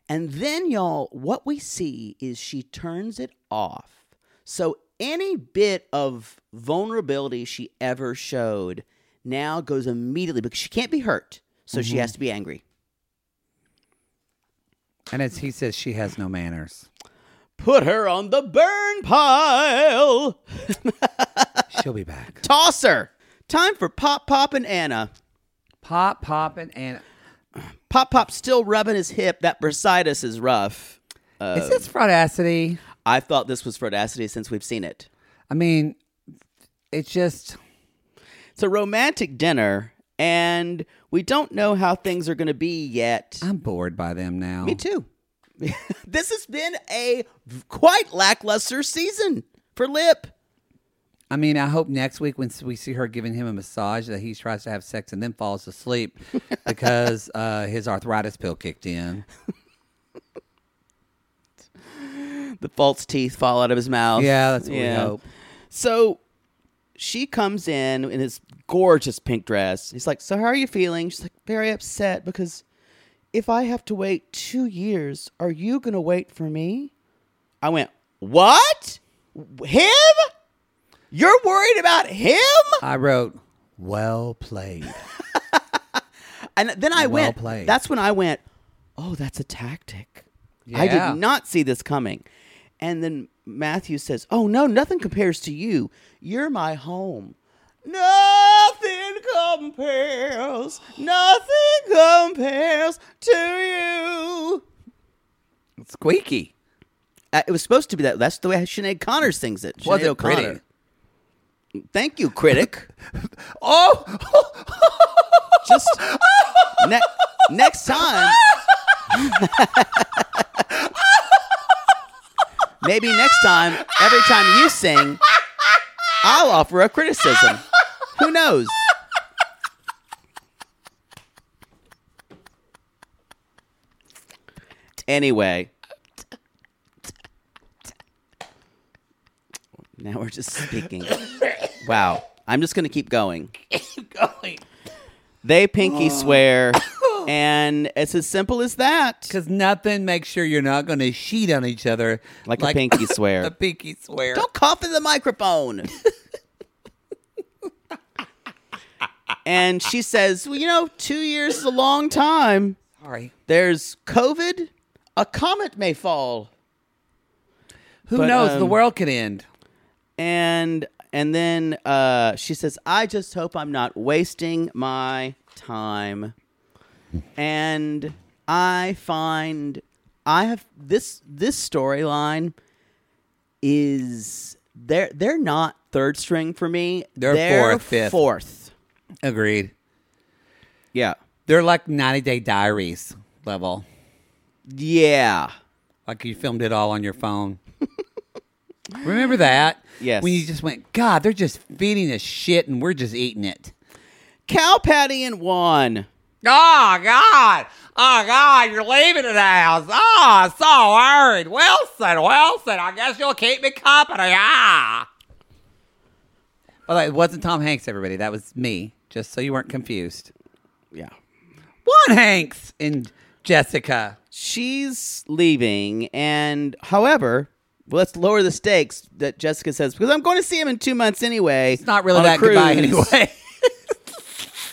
And then, y'all, what we see is she turns it off. So any bit of vulnerability she ever showed now goes immediately because she can't be hurt. So she has to be angry.
And as he says, she has no manners.
Put her on the burn pile.
She'll be back.
Toss her. Time for Pop Pop and Anna.
Pop, popping, and
Pop Pop's still rubbing his hip. That bursitis is rough. Uh,
is this fraudacity?
I thought this was for audacity since we've seen it.
I mean, it's just.
It's a romantic dinner, and we don't know how things are going to be yet.
I'm bored by them now.
Me too. this has been a quite lackluster season for Lip.
I mean, I hope next week when we see her giving him a massage that he tries to have sex and then falls asleep because uh, his arthritis pill kicked in.
The false teeth fall out of his mouth.
Yeah, that's what we hope.
So she comes in in his gorgeous pink dress. He's like, So, how are you feeling? She's like, Very upset because if I have to wait two years, are you going to wait for me? I went, What? Him? You're worried about him?
I wrote, "Well played."
And then I
Well
went,
played.
That's when I went, Oh, that's a tactic. I
Yeah.
did not see this coming. And then Matthew says, Oh, no, nothing compares to you. You're my home. Nothing compares. Nothing compares to you.
Squeaky.
Uh, it was supposed to be that. That's the way Sinead Connor sings it.
Was
Sinead
it pretty?
O'Connor. Thank you, critic.
Oh,
Just ne- next time. Maybe next time, every time you sing, I'll offer a criticism. Who knows? Anyway. Now we're just speaking. Wow. I'm just going to keep going. They pinky swear, and it's as simple as that.
because nothing makes sure you're not going to cheat on each other
Like a pinky swear.
A pinky swear.
Don't cough in the microphone. and she says, well, you know, two years is a long time.
Sorry.
There's COVID. A comet may fall.
Who
But,
knows? the
um,
world could end.
And and then uh, she says, I just hope I'm not wasting my time. And I find I have this this storyline is they're they're not third string for me.
They're fourth, fifth.
Fourth.
Agreed.
Yeah.
They're like 90 Day Diaries level.
Yeah.
Like you filmed it all on your phone. Remember that?
Yes.
When you just went, God, they're just feeding us shit and we're just eating it.
Cow patty and one.
Oh, God. Oh, God, you're leaving the house. Oh, so worried. Wilson, Wilson, I guess you'll keep me company. Ah. Well, it wasn't Tom Hanks, everybody. That was me, just so you weren't confused.
Yeah.
Juan Hanks and Jessica.
she's leaving and however well, let's lower the stakes that jessica says because i'm going to see him in two months anyway
It's not really
on a
that goodbye
cruise.
anyway.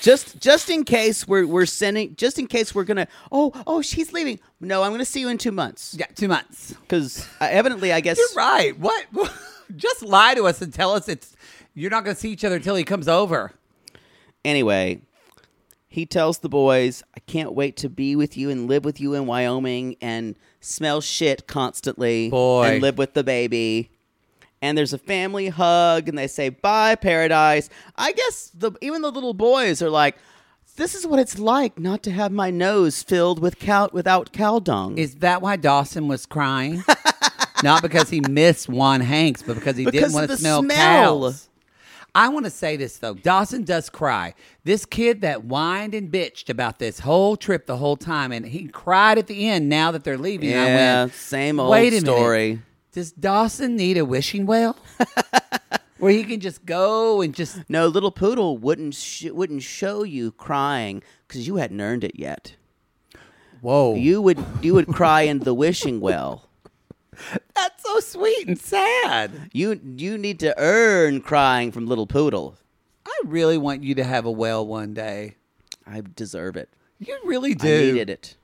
just just in case we're we're sending just in case we're gonna oh oh she's leaving no i'm gonna see you in two months
yeah, two months.
because uh, evidently i guess
You're right. What? Just lie to us and tell us it's you're not going to see each other until he comes over.
anyway he tells the boys i can't wait to be with you and live with you in wyoming and smell shit constantly
Boy.
and live with the baby and there's a family hug and they say bye paradise i guess the even the little boys are like this is what it's like not to have my nose filled with cow without cow dung
Is that why Dawson was crying? Not because he missed Juan Hanks, but because he
Because
didn't want
of
to
the
smell,
smell.
cows. I want to say this though. Dawson does cry. This kid that whined and bitched about this whole trip the whole time, and he cried at the end. Now that they're leaving, I
Yeah,
went,
same old
Wait a
story."
Minute. Does Dawson need a wishing well, where he can just go and just
no little poodle wouldn't sh- wouldn't show you crying because you hadn't earned it yet
whoa?
you would you would cry in the wishing well
that's so sweet and sad.
You you need to earn crying from little poodle.
I really want you to have a well one day.
I deserve it.
You really do.
I needed it.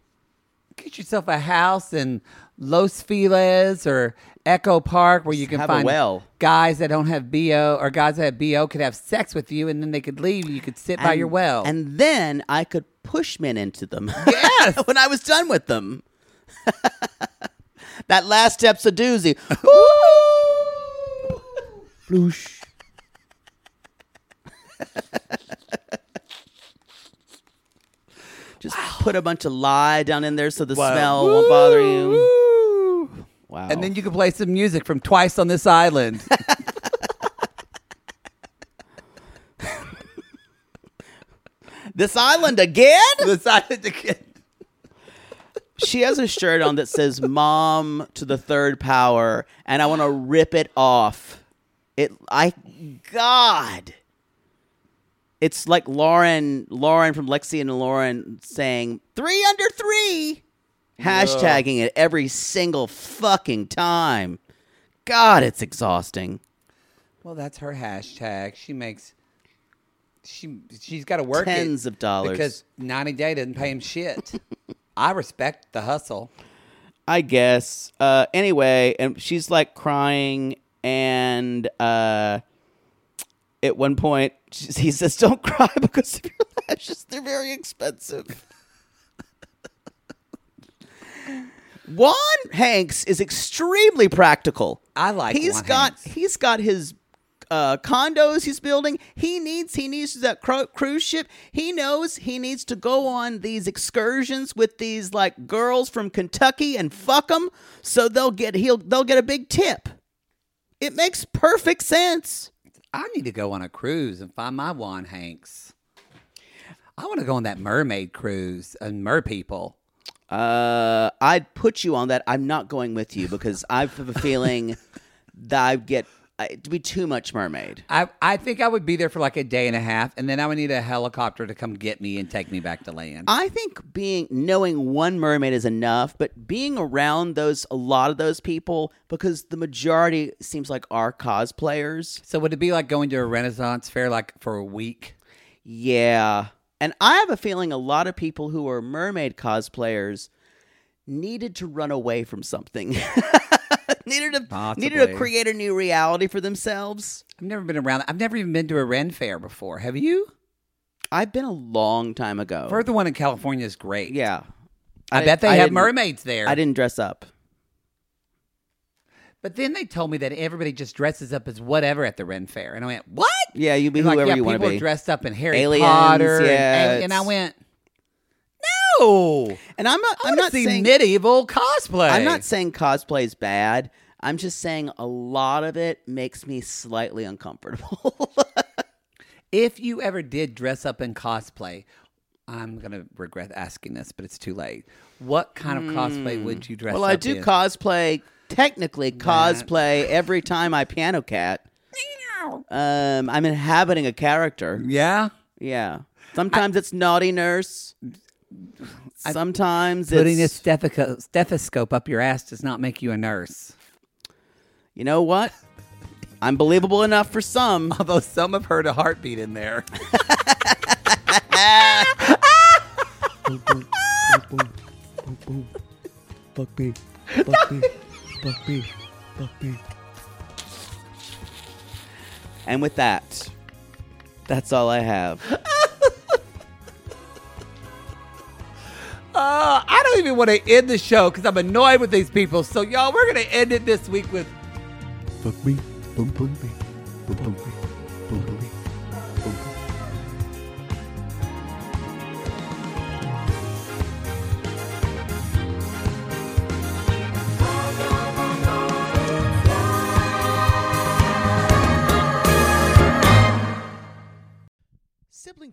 get yourself a house in Los Feliz or Echo Park where you can
Have a
find
well.
guys that don't have BO or guys that have BO could have sex with you and then they could leave. You could sit by your well.
And then I could push men into them.
Yes.
when I was done with them. that last step's a doozy. Woo! Bloosh. Just put a bunch of lie down in there so the smell won't bother you. Wow.
And then you could play some music from Twice on This Island.
this island again?
this island again.
she has a shirt on that says mom to the third power and i want to rip it off it i god it's like lauren lauren from lexi and lauren saying three under three hashtagging it every single fucking time god it's exhausting
Well, that's her hashtag. She makes she she's got to work it
Tens of dollars.
because 90 Day doesn't pay him shit. I respect the hustle.
I guess. Uh, anyway, and she's like crying, and uh, at one point she- he says, "Don't cry because of your lashes; they're very expensive." Juan Hanks is extremely practical.
I like
He's
Juan
got
Hanks.
he's got his uh, condos he's building. He needs he needs that cru- cruise ship. He knows he needs to go on these excursions with these like girls from Kentucky and fuck them so they'll get he'll they'll get a big tip. It makes perfect sense.
I need to go on a cruise and find my Juan Hanks. I want to go on that mermaid cruise and mer people.
Uh, I'd put you on that. I'm not going with you because I have a feeling that I'd get I- it'd be too much mermaid.
I, I think I would be there for like a day and a half, and then I would need a helicopter to come get me and take me back to land.
I think being knowing one mermaid is enough, but being around those a lot of those people because the majority seems like are cosplayers.
so would it be like going to a Renaissance fair like for a week?
Yeah. And I have a feeling a lot of people who are mermaid cosplayers needed to run away from something. needed to needed
Possibly.
to create a new reality for themselves.
I've never been around. I've never even been to a Ren fair before. Have you?
I've been a long time ago.
I've heard the one in California is great.
yeah.
I,
I-
bet they
I
have
didn't-
mermaids there.
I didn't dress up.
But then they told me that everybody just dresses up as whatever at the Ren fair, and I went, "What?"
Yeah, you be
And like,
whoever
yeah,
you want
people
to
are
be.
dressed up in Harry
Aliens,
Potter, and-
yeah,
and, and I
it's-
went, "No,
and I'm not
I
I'm
wanna
not
see
saying
medieval cosplay."
I'm not saying cosplay is bad. I'm just saying a lot of it makes me slightly uncomfortable.
If you ever did dress up in cosplay, I'm gonna regret asking this, but it's too late. What kind of cosplay would you dress?
well,
up
I do
in?
cosplay, technically cosplay every time I piano cat. Um, I'm inhabiting a character.
yeah.
Yeah. Sometimes it's naughty nurse.
Sometimes
Putting a
it's,
stethoscope, stethoscope up your ass does not make you a nurse.
you know what? I'm believable enough for some.
Although some have heard a heartbeat in there.
Fuck me. Fuck me. Fuck me. Fuck me.
And with that, that's all I have.
Uh, I don't even want to end the show because I'm annoyed with these people. So, y'all, we're going to end it this week with
Fuck me. Boom, boom, me. Boom, boom, me. Boom, boom, me. Boom, boom.
Sibling